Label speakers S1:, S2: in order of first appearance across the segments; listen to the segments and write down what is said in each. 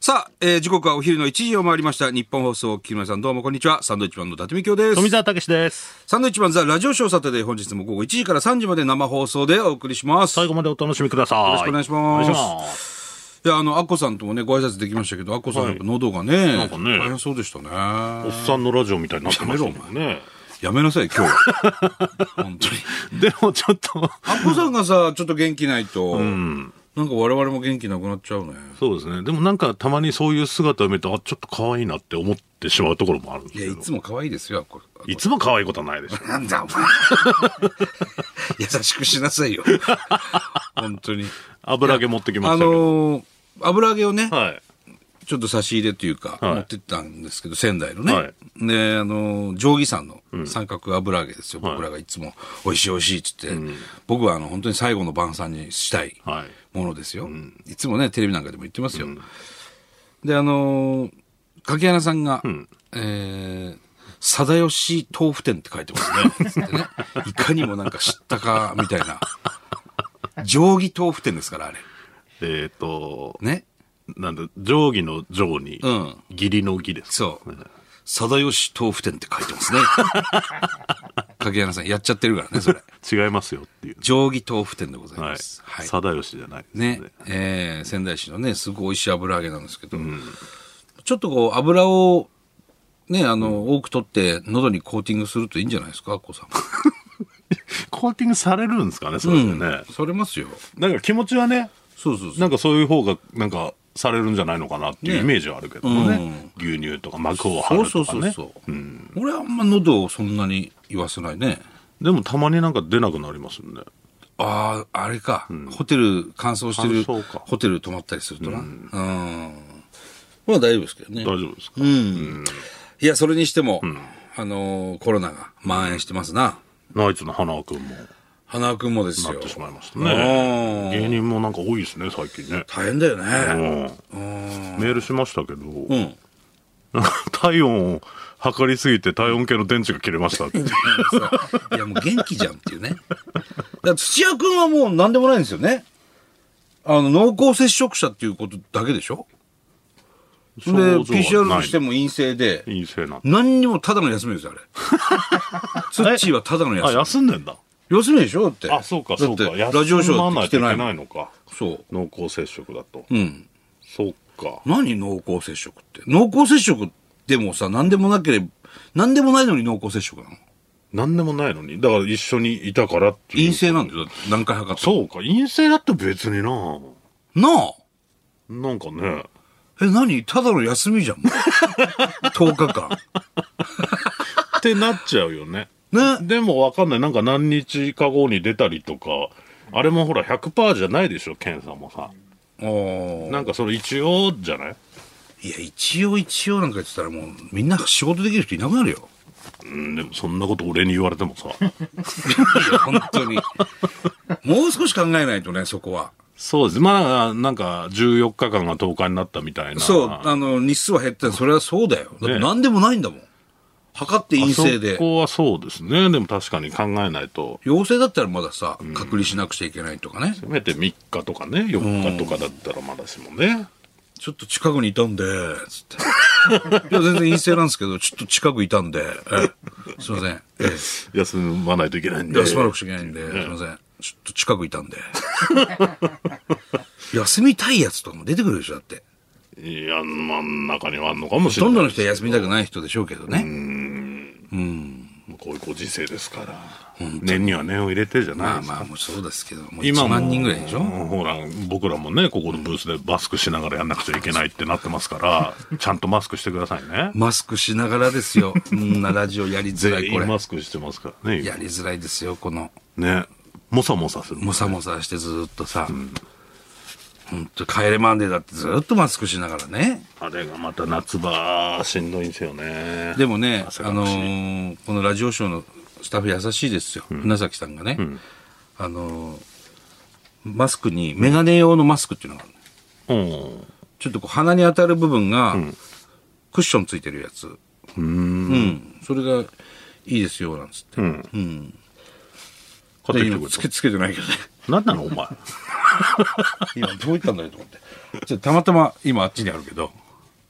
S1: さあ、えー時刻はお昼の1時を回りました。日本放送、木村さんどうもこんにちは。サンドイッチマンの伊達美京です。
S2: 富澤たけしです。
S1: サンドイッチマンザラジオショーサタデー本日も午後1時から3時まで生放送でお送りします。
S2: 最後までお楽しみください。よ
S1: ろしくお願いします
S2: お願いします
S1: いや、あの、アッコさんともね、ご挨拶できましたけど、アッコさんやっぱ喉がね、
S2: なんかね
S1: 大変そうでしたね。
S2: おっさんのラジオみたいになってますもんね。
S1: やめなさい、今日。 本当に。
S2: でもちょっと、
S1: アッコさんがさ、ちょっと元気ないと、なんか我々も元気なくなっちゃうね。
S2: そうですね。でもなんかたまにそういう姿を見ると、あ、ちょっと可愛いなって思ってしまうところもあるんです
S1: いや、
S2: け
S1: い
S2: ど。
S1: つも可愛いですよ、アッコ。
S2: いつも可愛いことはないでしょ。
S1: なんだ、お前。優しくしなさいよ。本当に。
S2: 油揚げ持ってき
S1: あ
S2: ましたけど。
S1: のー油揚げをね、
S2: はい。
S1: ちょっと差し入れというか、
S2: はい
S1: 持ってったんですけど、仙台のね。
S2: はい
S1: で、あのー定規山の三角油揚げですよ。僕らがいつも、美味しい美味しいって言って、僕はあの、本当に最後の晩餐にしたい
S2: はい。
S1: ものですよ。いつもね、テレビなんかでも言ってますよ。で、あのー柿原さんが、えー、定吉豆腐店って書いて ますね。つってねいかにもなんか知ったか、みたいな。定規豆腐店ですから、あれ。
S2: えっ、と、
S1: ね。
S2: なんだ、定規の定に、
S1: うん
S2: 義理の義です。
S1: そう。定吉豆腐店って書いてます ね。影山さん、やっちゃってるからね、それ。
S2: 違いますよっていう。
S1: 定義豆腐店でござい
S2: は
S1: ま
S2: い。
S1: す。はい。
S2: 定吉じゃないですね
S1: ね。えー仙台市のね、すごい美味しい油揚げなんですけど、ちょっとこう、油を、ね、あの、多く取って、喉にコーティングするといいんじゃないですか、アッコさん。
S2: コーティングされるんですかね、それでね。
S1: されますよ。
S2: なんか気持ちはね、
S1: そうそうそう。
S2: なんかそういう方が、なんか、されるんじゃないのかなっていうイメージはあるけどね。牛乳とか膜を張
S1: そう
S2: る
S1: そ
S2: と
S1: う
S2: か
S1: そ
S2: ね。
S1: うそう。俺はあんま喉をそんなに言わせないね。
S2: でもたまになんか出なくなりますよね。
S1: ああ、あれか、ホテル、乾燥してる
S2: 乾燥か
S1: ホテル泊まったりするとな。うん。まあ大丈夫ですけどね。
S2: 大丈夫ですか、
S1: いや、それにしても、あのーコロナが蔓延してますな。
S2: ナイツの花輪くんも
S1: 花輪くんもです
S2: なっ
S1: よ
S2: て。しまいました
S1: うん
S2: ね。芸人もなんか多いですね、最近ね。
S1: 大変だよ
S2: うん
S1: ね。
S2: メールしましたけど、
S1: うん。
S2: なんか 体温を測りすぎて体温計の電池が切れまし たって。
S1: いや、もう元気じゃんっていうね。だから土屋くんはもう何でもないんですよね。あの、濃厚接触者っていうことだけでしょで、PCR して
S2: も。
S1: も陰性で、
S2: 陰性なんだ
S1: 何にもただの休み ですよ、あれ。ツッチーはただの休
S2: あ、
S1: み。
S2: 休んでんだ。
S1: 休みでしょだって。
S2: あ、そうか、そうか。
S1: だって、ラジオショ
S2: 休ま
S1: ー
S2: な
S1: っ
S2: い
S1: て来て
S2: とい
S1: な
S2: け
S1: いも。
S2: なんいのか。
S1: そう。
S2: 濃厚接触だと。
S1: うん。
S2: そっか。
S1: 何濃厚接触って。濃厚接触でもさ、何でもなければ、何でもないのに濃厚接触なの
S2: なんでもないのに。だから一緒にいたからっていう。
S1: 陰性なんだよ。だって何回測っても。
S2: そうか、陰性だって別にな
S1: なあ
S2: なんかね、
S1: え、何ただの休みじゃん、もう。10日間。
S2: ってなっちゃうよね。
S1: ね。
S2: でもわかんない。なんか何日か後に出たりとか、あれもほら100%じゃないでしょ、検査もさ。
S1: おー
S2: なんかそれ一応じゃない
S1: いや、一応一応なんか言ってたらもう、みんな仕事できる人いなくなるよ。
S2: うん、でもそんなこと俺に言われてもさ。
S1: いや、本当 に。もう少し考えないと ね、そこは。
S2: そうです。まあ、なんか14日間が10日になったみたいな。
S1: そう、あの、日数は減ったそれはそうだよ。だって何でもないんだもん。測って陰性
S2: あ
S1: で
S2: そ。こはそうですね。でも確かに考えないと。
S1: 陽性だったらまださ、隔離しなくちゃいけないとかね。
S2: せめて3日とかね、4日とかだったらまだしもね。
S1: ちょっと近くにいたんで、つって。 いや、全然陰性なんですけど、ちょっと近くいたんで、ええすいません。え
S2: 休まないといけないん
S1: え
S2: で。
S1: 休まなくちゃいけないんで、すいません。ちょっと近くいたんで。 休みたいやつとかも出てくるでしょ、だって。
S2: いや、真ん中にはあんのかもし
S1: ほと
S2: れ
S1: ん
S2: な
S1: ど
S2: い。
S1: の人は休みたくない人でしょうけどね。
S2: こういうご時世ですから。年には年を入れてじゃ
S1: ま
S2: ない
S1: あ
S2: ですか。
S1: まあ、もうそうですけど、もう
S2: 今
S1: 1
S2: も
S1: 万人ぐらいでしょ。
S2: ほら、僕らもね、ここのブースでマスクしながらやんなくちゃいけないってなってます から、ちゃんとマスクしてくださいね。
S1: マスクしながらですよ。こんなラジオやりづら
S2: 全
S1: い、こ
S2: 員
S1: れ。
S2: マスクしてますからね。
S1: やりづらいですよ、この。
S2: ね。もさもさする。
S1: もさもさしてずーっとさ。ほんと、帰れマンデーだってずーっとマスクしながらね。
S2: あれがまた夏場、しんどいんですよね。
S1: でもね、
S2: 汗
S1: あ
S2: がま
S1: の
S2: しい
S1: ーこのラジオショーのスタッフ優しいですよ。船崎さんがね。あのーマスクに、メガネ用のマスクっていうのがあるの
S2: うん。
S1: ちょっとこう鼻に当たる部分が、クッションついてるやつ。うん。それがいいですよ、なんつって。
S2: 買って
S1: で
S2: きて
S1: 今
S2: くれ
S1: つ
S2: た
S1: け、つけてないけどね。
S2: 何なのお前。
S1: 今どういったんだろうと思ってちょっとたまたま今あっちにあるけど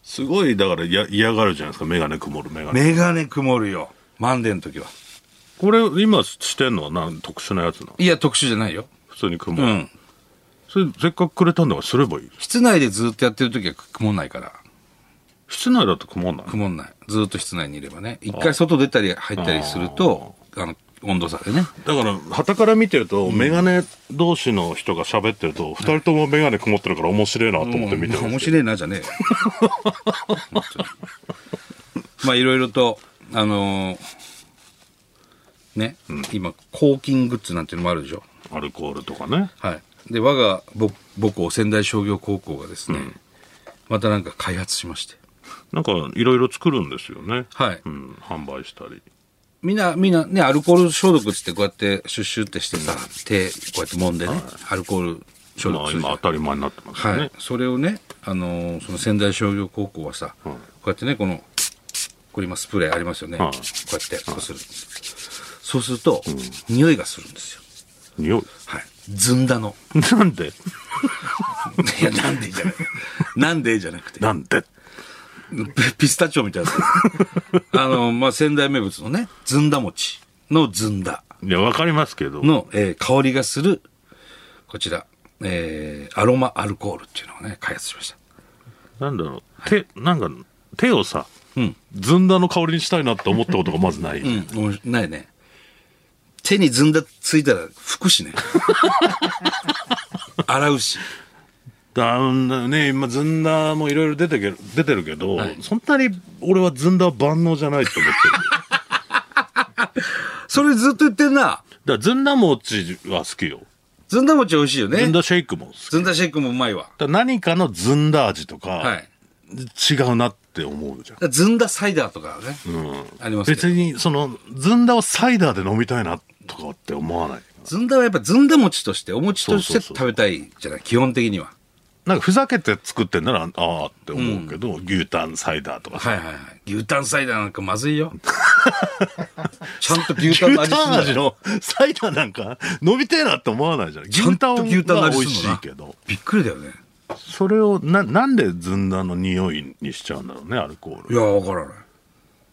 S2: すごい、だからや嫌がるじゃないですか、メガネ曇るメガネ。
S1: メガネ曇るよマンデーの時は
S2: これ、今してんのはなん特殊なやつなの
S1: いや特殊じゃないよ
S2: 普通に曇
S1: う
S2: る。
S1: ん
S2: それ、せっかくくれたんだからすればいい。
S1: 室内でずっとやってる時は曇んないから
S2: 室内だと曇んない。
S1: 曇んないずっと室内にいればね一回外出たり入ったりするとあの温度差でね
S2: だから、旗から見てると、メガネ同士の人が喋ってると、二人ともメガネ曇ってるから面白いなと思って見て
S1: うん
S2: ま
S1: 面
S2: すけど。
S1: 白いなじゃねえ よ本当にまあいろいろとあのーね、今抗菌グッズなんていうのもあるでしょ
S2: アルコールとかね。
S1: はいで我が母母校仙台商業高校がですね、またなんか開発しまして
S2: なんか、いろいろ作るんですよね。
S1: はい、
S2: うん、販売したり。
S1: みんな、みんなね、アルコール消毒っつってこうやってシュッシュってしてさ、手、こうやって揉んでね、アルコール消
S2: ま
S1: 毒
S2: あ、
S1: するじゃ
S2: 今
S1: ん
S2: 当たり前になってますよ
S1: はい
S2: ね。。
S1: それをね、あのーその仙台商業高校はさ、こうやってね、この、これ今スプレーありますよね。
S2: はい
S1: こうやって、こうする。そうすると、匂いがするんですよ。
S2: 匂い。
S1: はい。ずんだ の。
S2: なんで
S1: いや、なんでじゃなくて。 なんでじゃなくて。
S2: なんで
S1: ピスタチオみたいなやつ。あのーまあ、仙台名物のね、ずんだ餅のずんだ。
S2: いや、わかりますけど。
S1: の、えー香りがする、こちら、えーアロマアルコールっていうのをね、開発しました。
S2: なんだろう、手、なんか、手をさ、
S1: ん
S2: ずんだの香りにしたいなって思ったことがまずない。
S1: うん、おもしないね。手にずんだついたら拭く しね。洗うし。
S2: だんね、今、ずんだもいろいろ出てけ出てるけど、そんなに俺はずんだは万能じゃないと思って る。だか
S1: それずっと言ってんな。
S2: らずんだ餅は好きよ。
S1: ずんだ餅美味しいよ
S2: ずん
S1: ね。
S2: だシェイクも好き。
S1: ずんだシェイクもうまいわ。
S2: だから何かのずんだ味とか、
S1: はい
S2: 違うなって思うじゃん。
S1: ずんだサイダーとかね。ありますけど
S2: 別に、その、ずんだをサイダーで飲みたいなとかって思わない。
S1: ずんだはやっぱずんだ餅として、お餅とし
S2: そ
S1: て
S2: うそう
S1: 食べたいじゃない、基本的には。
S2: なんかふざけて作ってんなら、ああって思うけど、牛タンサイダーとかさ
S1: はいはいはい。牛タンサイダーなんかまず いよ。ちゃんと 牛タン
S2: 牛
S1: の味す
S2: タ
S1: るん
S2: ン
S1: だよ
S2: 味のサイダーなんか飲みてえなって思わないじゃん。牛タン
S1: ちゃんと牛タンの
S2: は
S1: 味
S2: 美
S1: する
S2: 味
S1: の
S2: し
S1: ない
S2: けど。
S1: びっくりだよね。
S2: それをな、なんでずんだの匂いにしちゃうんだろうね、アルコー
S1: い
S2: ル。
S1: や、わからない。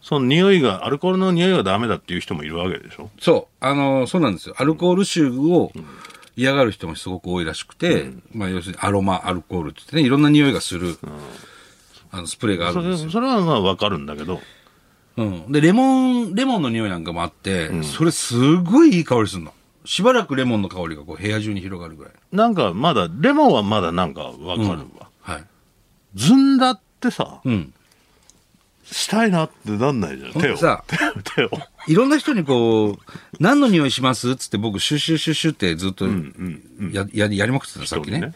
S2: その匂いが、アルコールの匂いがダメだっていう人もいるわけでしょ。
S1: そう、あのーそうなんですよ。アルコール臭を嫌がる人もすごく多いらしくて、まあ要するにアロマ、アルコールって言ってね、いろんな匂いがする、あの、スプレーがある
S2: そ
S1: ん
S2: れ
S1: ですよ。
S2: それはまあわかるんだけど、
S1: うん。で、レモン、レモンの匂いなんかもあって、それすごいいい香りするの。しばらくレモンの香りがこう部屋中に広がるぐらい。
S2: なんかまだ、レモンはまだなんかわかるわ。
S1: はい。
S2: ずんだってさ、
S1: うん。
S2: したいなってなんないじゃん。
S1: ほん
S2: 手
S1: と
S2: を。
S1: さ
S2: 手を。手を
S1: いろんな人にこう、何の匂いしますっつって僕、シュッシュッシュッシュってずっとや、ややりまくってたのさっき
S2: 人に
S1: ね
S2: ね。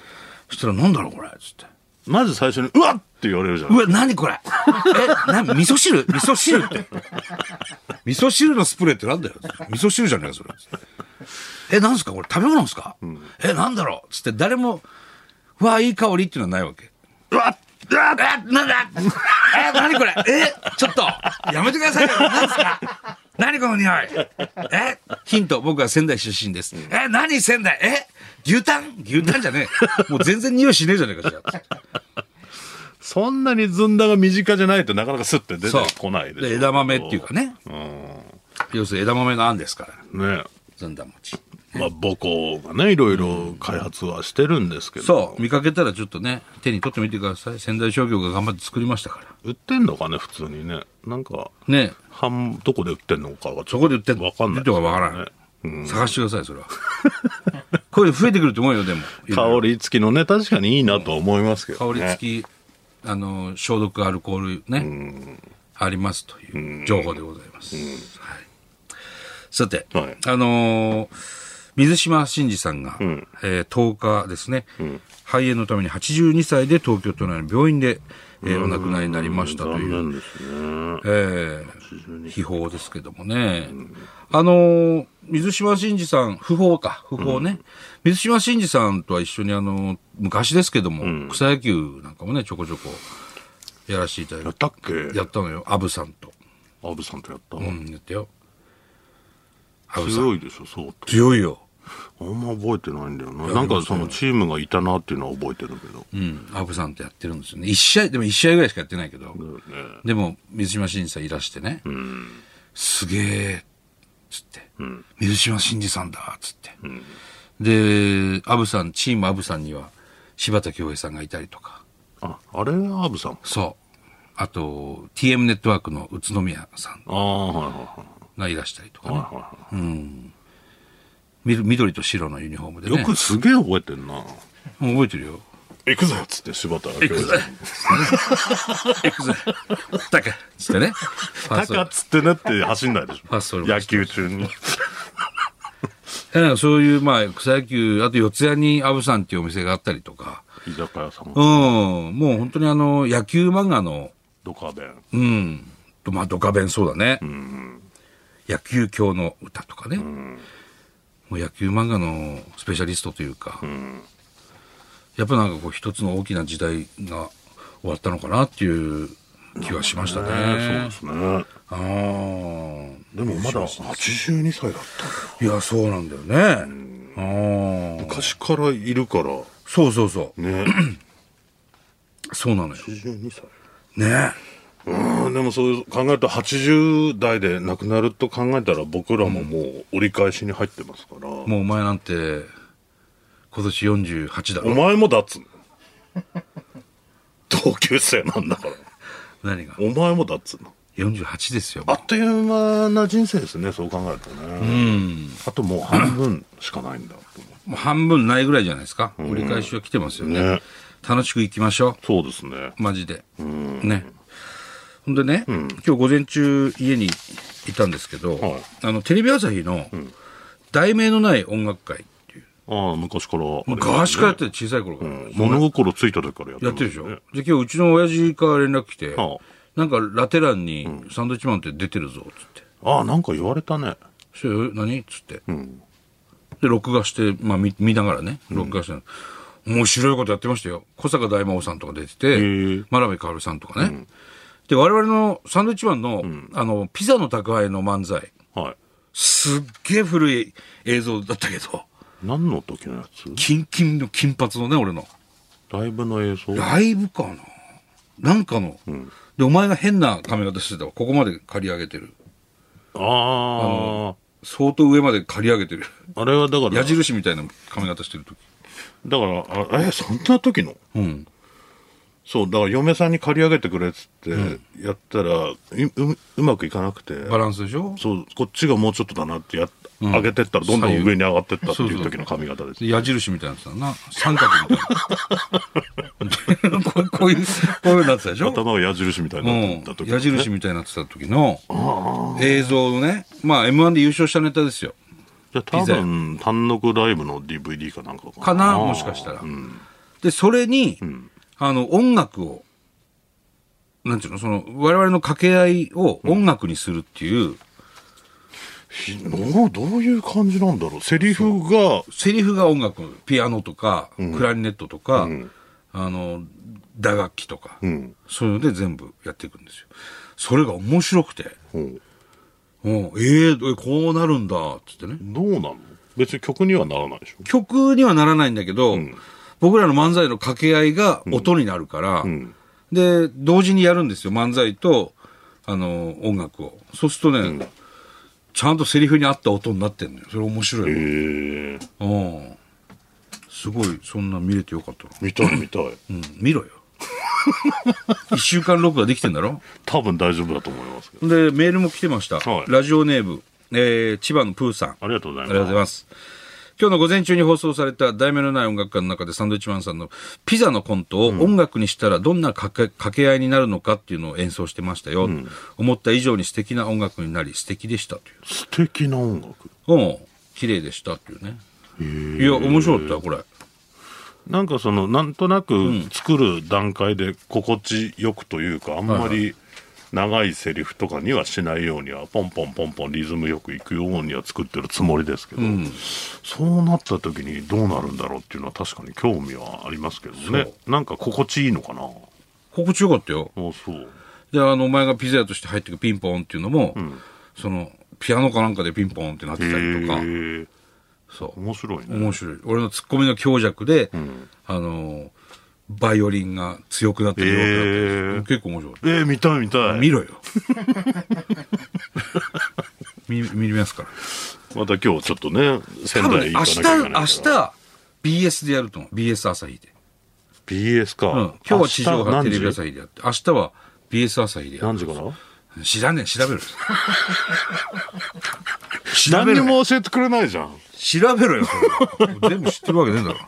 S1: そしたら、なんだろうこれっつって。
S2: まず最初に、うわっって言われるじゃん。
S1: うわ、何これえ、な、味噌汁味噌汁って。味噌汁のスプレーってなんだよ。味噌汁じゃないか、それ。え、なんすかこれ食べ物ですか、え、なんだろうつって誰も、うわ、いい香りっていうのはないわけ。
S2: うわっうわっ
S1: え、なんだえ、何これえ、ちょっと、やめてくださいよ。何すか何この匂いえ、ヒント、僕は仙台出身です。え、何仙台え、牛タン牛タンじゃねえ。もう全然匂いしねえじゃねえか、じゃあ。
S2: そんなにずんだが身近じゃないとなかなかスッて出てこないでしょ
S1: で枝豆っていうかね。要するに枝豆のあんですから、
S2: ね
S1: ずんだ餅。
S2: まあ、母校がね、いろいろ開発はしてるんですけど、
S1: そう、見かけたらちょっとね、手に取ってみてください。仙台商業が頑張って作りましたから。
S2: 売ってんのかね、普通にね。なんか、
S1: ね
S2: 半どこで売ってんのかがち
S1: そ
S2: ょっと
S1: こで売って
S2: わかんない
S1: 人がわからない、探してください、それは。 こういうの増えてくると思うよ、でも。
S2: 香り付きのね、確かにいいなとは思いますけど、
S1: 香
S2: ね。
S1: り付き、あの、消毒アルコールね、ありますという情報でございます。はい、さて、
S2: はい
S1: あのー水島新司さんが、えー10日ですね、肺炎のために82歳で東京都内の病院で、えーお亡くなりになりましたと
S2: 残
S1: いう、
S2: 念ですね。
S1: えー、秘宝ですけどもね。あのー水島新司さん、不法か、不法ね。水島新司さんとは一緒にあのー昔ですけども、草野球なんかもね、ちょこちょこやらせていただい、
S2: やってたっけ
S1: やったのよ、アブさんと。
S2: アブさんとやった、
S1: うん、やったよ。アブさん。
S2: 強いでしょ、そう。
S1: 強いよ。
S2: あんま覚えてないんだよな。なんかそのチームがいたなっていうのは覚えてるけど。
S1: うん、アブさんとやってるんですよね。一試合、でも一試合ぐらいしかやってないけど、
S2: だよね
S1: でも、水島新司さんいらしてね、すげえ、つって、水島新司さんだ、つって。で、アブさん、チームアブさんには、柴田恭平さんがいたりとか、
S2: あ、あれアブさん。
S1: そう。あと、TM ネットワークの宇都宮さん
S2: ああ、はいはいはい。
S1: がいらしたりとか
S2: はい
S1: ね。
S2: はいは
S1: み緑と白のユニフォームで
S2: い
S1: ね。
S2: よくすげえ覚えてんな。
S1: もう覚えてるよ。
S2: 行くぞっつって柴田が
S1: 行くぜ。行くぜ。タカ。つってね。ファー
S2: タ
S1: スト
S2: カっつってねって走んないで し
S1: あそ
S2: ょ。
S1: う
S2: 野球中に。
S1: だからそういう、まあ、草野球、あと四谷にアブさんっていうお店があったりとか、
S2: 居酒屋さ
S1: う。
S2: ん
S1: ん、もう本当にあの、野球漫画の、
S2: ドカベン。
S1: うん、まあ、ドカベンそうだね。野球教の歌とかね。もう野球漫画のスペシャリストというか、やっぱなんかこう一つの大きな時代が終わったのかなっていう気はしましたね。
S2: ねそうですね。
S1: あー
S2: でもまだ82歳だった。
S1: いや、そうなんだよね。あー
S2: 昔からいるから。
S1: そうそうそ
S2: ね。
S1: う。そうなのよ。
S2: 82歳。
S1: ね
S2: うんでもそういう考えると80代で亡くなると考えたら僕らももう折り返しに入ってますから、
S1: もうお前なんて、今年48だ
S2: お
S1: ろ。
S2: 前もだっつうの 同級生なんだから
S1: 何が
S2: お前もだっつうの
S1: ?48 ですよ。
S2: あっという間な人生ですねそう考えるとね、あともう半分しかないんだと
S1: もう半分ないぐらいじゃないですか。折り返しは来てますよね。
S2: ね
S1: 楽しく行きましょ
S2: 思うそうですね
S1: う。マジで。ね。ほんでね、今日午前中家にいたんですけど、
S2: はい
S1: あの、テレビ朝日の、題名のない音楽会っていう。
S2: ああ昔からありますね
S1: 昔からやってる小さい頃から。
S2: 物心ついた時からやって
S1: や
S2: ま
S1: っ
S2: す
S1: て
S2: ね
S1: るでしょ。で、今日うちの親父から連絡来て、
S2: は
S1: なんかラテ欄にサンドイッチマンって出てるぞ、つって。
S2: ああなんか言われたね
S1: そしてえ何っつって、で録画して、まあ、見見ながらね録画して、面白いことやってましたよ小坂大魔王さんとか出てて
S2: へえ
S1: 真鍋かおるさんとかね、で我々のサンドウィッチマンの,、あのピザの宅配の漫才
S2: はい
S1: すっげえ古い映像だったけど
S2: 何の時のやつ
S1: キンキンの金髪のね俺の
S2: ライブの映像
S1: ライブかななんかの、でお前が変な髪型してたわここまで刈り上げてる
S2: あ
S1: 相当上まで刈り上げてる
S2: あ、あれはだから、
S1: 矢印みたいな髪型してる時
S2: だから、あえ、そんな時の
S1: うん
S2: そう、だから嫁さんに借り上げてくれっつって、やったら、いうううまくいかなくて、
S1: バランスでしょ
S2: そう、こっちがもうちょっとだなってやっ、上げてったらどんどん
S1: 左右
S2: 上に上がってったってい
S1: そう
S2: う
S1: そう
S2: 時の髪型です。
S1: 矢印みたいなやつだな。三角みたいな。 こうこういう、こういうのなってたでしょ
S2: 頭が矢印みたいうになっ
S1: ん
S2: た。時
S1: 矢
S2: のね、
S1: 印みたいになってた時の映像をね。まあ M1 で優勝したネタですよ。
S2: じゃあ多分、単独ライブの DVD かなんか
S1: か
S2: かな。
S1: なもしかしたら。で、それに、あの、音楽を、なんていうのその、我々の掛け合いを音楽にするっていう、
S2: ひのどういう感じなんだろう。セリフが、
S1: セリフが音楽、ピアノとか、クラリネットとか、あの、打楽器とか、
S2: ん
S1: そういうので全部やっていくんですよ。それが面白くて、
S2: うん
S1: うん、ええこうなるんだ、っつってね。
S2: どうなの別に曲にはならないでしょ。
S1: 曲にはならないんだけど、僕らの漫才の掛け合いが音になるから、で、同時にやるんですよ、漫才と、あの、音楽を。そうするとね、ちゃんとセリフに合った音になってんのよ。それ面白い
S2: へ
S1: よ。
S2: え
S1: うん。すごい、そんな見れてよかったな。
S2: 見たい見たい。
S1: うん、見 ろよ。一週間録画できてんだろ
S2: 多分大丈夫だと思いますけど。
S1: で、メールも来てました。
S2: はい
S1: ラジオネーム、えー、千葉のプーさん。あ
S2: ありがとうござい
S1: りがとうご
S2: ます。
S1: ざいます。今日の午前中に放送された題名のない音楽家の中でサンドウィッチマンさんのピザのコントを音楽にしたらどんな掛け掛け合いになるのかっていうのを演奏してましたよ。思った以上に素敵な音楽になり素敵でしたという。
S2: 素敵な音楽
S1: うん、綺麗でしたっていうね。いや、面白かったよこれ。
S2: なんかそのなんとなく作る段階で心地よくというかあんまり長いセリフとかにはしないようにはポンポンポンポンリズムよくいくようには作ってるつもりですけど、そうなった時にどうなるんだろうっていうのは確かに興味はありますけどねなんか心地いいのかな
S1: 心地よかったよ。
S2: あそう
S1: で、あの、お前がピザ屋として入ってくピンポンっていうのも、その、ピアノかなんかでピンポンってなってたりとか、
S2: へえ
S1: そう
S2: 面白いね。
S1: 面白い俺のツッコミの強弱で、
S2: ん
S1: あのバイオリンが強くなって弱くなって、
S2: えー
S1: 結構面白い
S2: えー、見たい見たい。
S1: 見ろよ見見ますから
S2: また今日ちょっとね、仙
S1: 多分ね
S2: 台
S1: 明
S2: 行かなきゃ
S1: 日
S2: いけないから。
S1: 明日 BS でやると思う BS 朝日で、
S2: BS か。
S1: うん、今日は地上波テレビ朝
S2: 日。
S1: 日でやって明日は BS 朝日でや
S2: 何
S1: る
S2: 時から
S1: 知らねえ調べろよ調べ
S2: 何に
S1: ろよ
S2: も教えてくれないじゃん。
S1: 調べろよそれ 全部知ってるわけねえだろ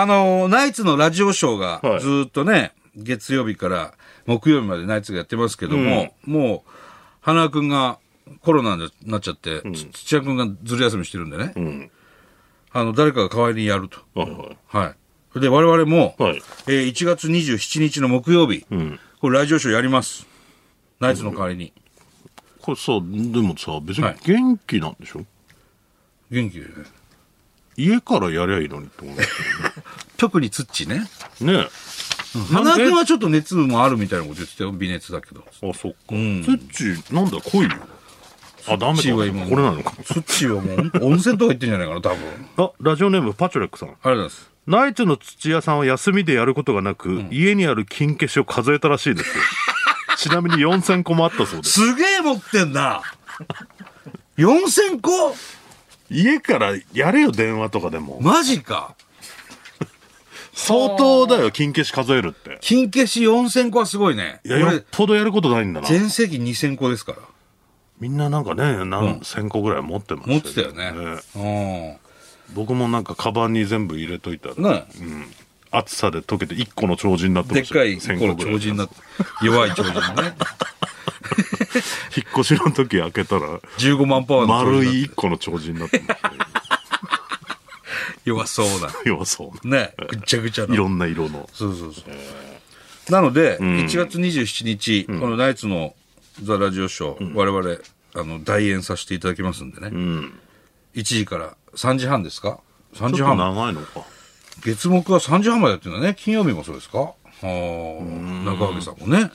S1: あのナイツのラジオショー
S2: は
S1: が
S2: い
S1: ずーっとね、月曜日から木曜日までナイツがやってますけども、もう花輪君がコロナになっちゃって、つ土屋君がずる休みしてるんでね、
S2: うん。
S1: あの誰かが代わりにやると
S2: はいはい。
S1: はい。で、我々も、
S2: はい
S1: えー1月27日の木曜日、
S2: ん
S1: これラジオショーやります。ナイツの代わりに。
S2: これさ、でもさ、別
S1: は
S2: に
S1: い
S2: 元気なんでしょ、
S1: 元気でね。
S2: 家からやりゃいいのにって思うんだ
S1: 特にツッチね。
S2: けどね。ね
S1: 花輪君はちょっと熱もあるみたいなこと言ってたよ。微熱だけど。
S2: え。あ、そっか。
S1: うん
S2: そっち、なんだ、濃いよ。あ、ダメ
S1: 土
S2: だ。こ
S1: は
S2: れ
S1: 今
S2: なのか。
S1: ツッチはもう温泉とか行ってんじゃないかな、多分。
S2: あ、ラジオネーム、パチョレックさん。
S1: ありがとうございます。
S2: ナイツの土屋さんは休みでやることがなく、家にある金消しを数えたらしいです よ。ちなみに4000個もあったそうです。
S1: すげえ持ってんな !4000 個
S2: 家からやれよ、電話とかでも。
S1: マジか。
S2: 相当だよ、金消し数えるって。
S1: 金消し4000個はすごいね。
S2: いや、よっ
S1: 俺、
S2: ぽどやることないんだな。
S1: 全盛期2000個ですから。
S2: みんななんかね、何千個ぐらい持ってました
S1: 持ってたよね。うん。
S2: 僕もなんか、カバンに全部入れといたら、
S1: ね
S2: 暑さで溶けて1個の長寿になって
S1: で
S2: ま
S1: っ
S2: したよ
S1: かい頃
S2: 1000個ぐら
S1: 超人
S2: い。
S1: なって、弱い超人ね。
S2: 引っ越しの時開けたら、
S1: 15万パワーの超人
S2: 丸
S1: に
S2: い
S1: なって
S2: 1個の長寿になってました よ。
S1: 弱そうな。
S2: 弱そうな。
S1: ね、ぐっちゃぐちゃ
S2: い
S1: な。
S2: ろんな色の。
S1: そうそうそう。なので、1月27日、このナイツのザ・ラジオショー、我々、あの、代演させていただきますんでね。
S2: うん。
S1: 1時から3時半ですか ?3
S2: ち
S1: 時
S2: ょ
S1: 半。
S2: っと長いのか。
S1: 月木は3時半までやってるんだね。金曜日もそうですかはあ、中脇さんもね。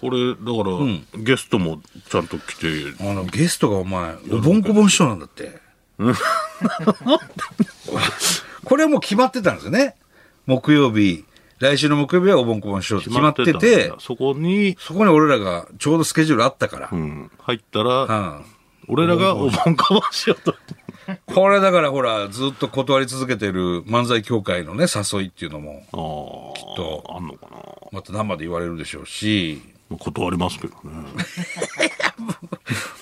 S2: これだから、ゲストもちゃんと来て
S1: あの、ゲストがお前、おぼんこぼん師匠なんだって。 これはもう決まってたんですよね。木曜日、来週の木曜日はおぼんこぼん師匠って決まってて、
S2: たんだそこに、
S1: そこに俺らがちょうどスケジュールあったから。う。
S2: うんん、入ったら俺らがおぼんかましようと
S1: これだからほら、ずっと断り続けてる漫才協会のね、誘いっていうのも、
S2: あきっ
S1: と
S2: あんのかな
S1: また生で言われるでしょうし、
S2: 断りますけどね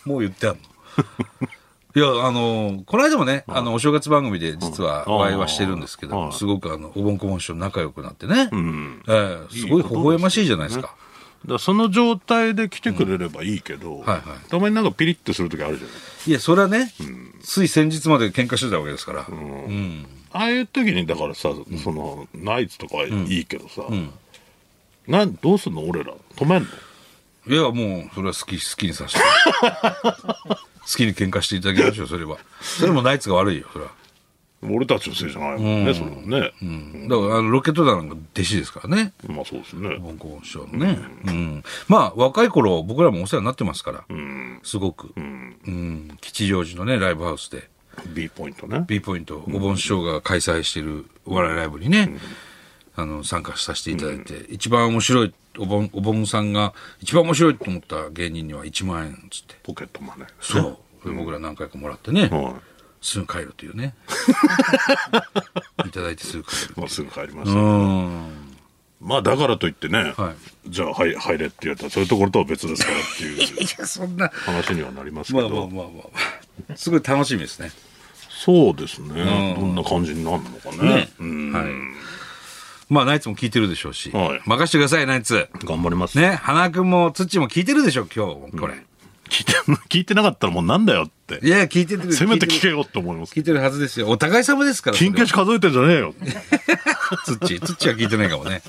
S1: もう言って あんの。いや、あの、この間もね、あの、お正月番組で実は
S2: うん
S1: お会いはしてるんですけど、
S2: はい
S1: すごくあの、おぼんこぼん師匠仲良くなってね、
S2: ん
S1: ええすごい微笑ましいじゃないですか。
S2: だからその状態で来てくれればいいけど、
S1: はいはい
S2: たまになんかピリッとする時あるじゃない
S1: いや、それはね、つい先日まで喧嘩してたわけですから、
S2: ああいう時にだからさ、そのナイツとかはいいけどさ、なんどうすんの俺ら止めんの
S1: いや、もう、それは好き、好きにさせて。 好きに喧嘩していただきましょう、それは。それもナイツが悪いよ、それは。
S2: 俺たちのせいじゃないもんね、それはね、
S1: だから、あのロケット団なんか弟子ですからね。
S2: まあそうですね、
S1: 文庫師匠のね、うんまあ若い頃僕らもお世話になってますから、すごく、
S2: ん
S1: うん吉祥寺のねライブハウスで
S2: B ポイントね
S1: B ポイントお盆師匠が開催しているお笑いライブにね、あの参加させていただいて、一番面白いお盆お盆さんが一番面白いと思った芸人には1万円っつって
S2: ポケットマネー
S1: そう、僕ら何回かもらってね、
S2: は
S1: すぐ帰るというねいただいてすぐ帰る
S2: い、まあ、すぐ帰りまし
S1: う
S2: た、
S1: ん
S2: まあだからといってね、
S1: はい
S2: じゃあ、はい、入れって言われたらそういうところとは別ですからっていう
S1: いやそんな
S2: 話にはなりますけ
S1: ま
S2: ど、
S1: あまあまあまあすごい楽しみですね
S2: そうですね、どんな感じになるのかね
S1: ね
S2: うん
S1: はいまあ、ナイツも聞いてるでしょうし。
S2: はい
S1: 任してください、ナイツ。
S2: 頑張ります、
S1: ね、花君も土も聞いてるでしょ、今日、これ。
S2: 聞いて 聞いてなかったらもうなんだよって
S1: いや、聞いてる。
S2: せめて聞
S1: 聞
S2: け
S1: いる。
S2: よって思います
S1: 聞いてるはずですよ。お互い様ですから。
S2: 金消し数えてんじゃねえよ
S1: それは土。土は聞いてないかもね。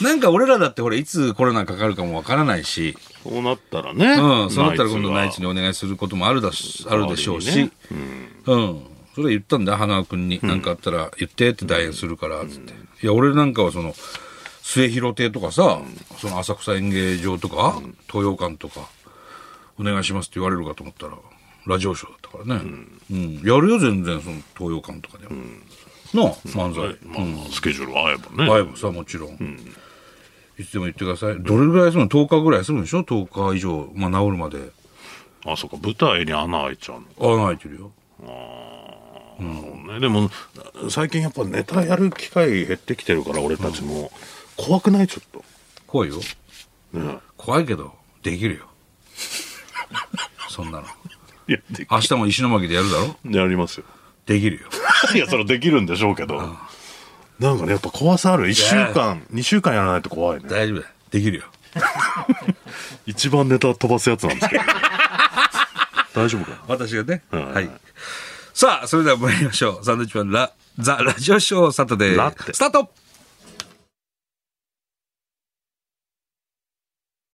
S1: なんか俺らだってほら、いつコロナかかるかもわからないし、
S2: そうなったらね
S1: うん、そうなったら今度ナイツに
S2: に
S1: お願いすることもあるだし、あるでしょう
S2: 代わ
S1: し、うん。それは言ったんだ、花君に。なんかあったら言ってって代演するから、つって。いや、俺なんかはその、末広亭とかさ、その浅草演芸場とか、東洋館とか、お願いしますって言われるかと思ったら、ラジオショーだったからね。うん。やるよ、全然、その、東洋館とかでも。なあ、漫才。
S2: まあまあ、スケジュール合えばね。
S1: バイブさ、もちろん。いつでも言ってください。どれぐらい休むの ?10 日ぐらい休むんでしょ ?10 日以上。まあ、治るまで。
S2: あ、そうか、舞台に穴開いちゃうのか。
S1: 穴開いてるよ。
S2: そうね、でも、最近やっぱネタやる機会減ってきてるから、俺たちも。怖くないちょっ
S1: 怖いよ。
S2: と。ね。
S1: 怖いけど、できるよ。そんなの。
S2: いや、で
S1: 明日も石巻でやるだろ
S2: やりますよ。
S1: できるよ。
S2: いや、それはできるんでしょうけど。なんかね、やっぱ怖さある。1週間、2週間やらないと怖いね。
S1: 大丈夫だよ。できるよ。
S2: 一番ネタ飛ばすやつなんですけど。大丈夫かな
S1: 私がね。
S2: ん
S1: はい。さあ、それでは参りましょう。サンドウィッチマンラ、ザ・ラジオショーサタデー。
S2: ラって
S1: スタート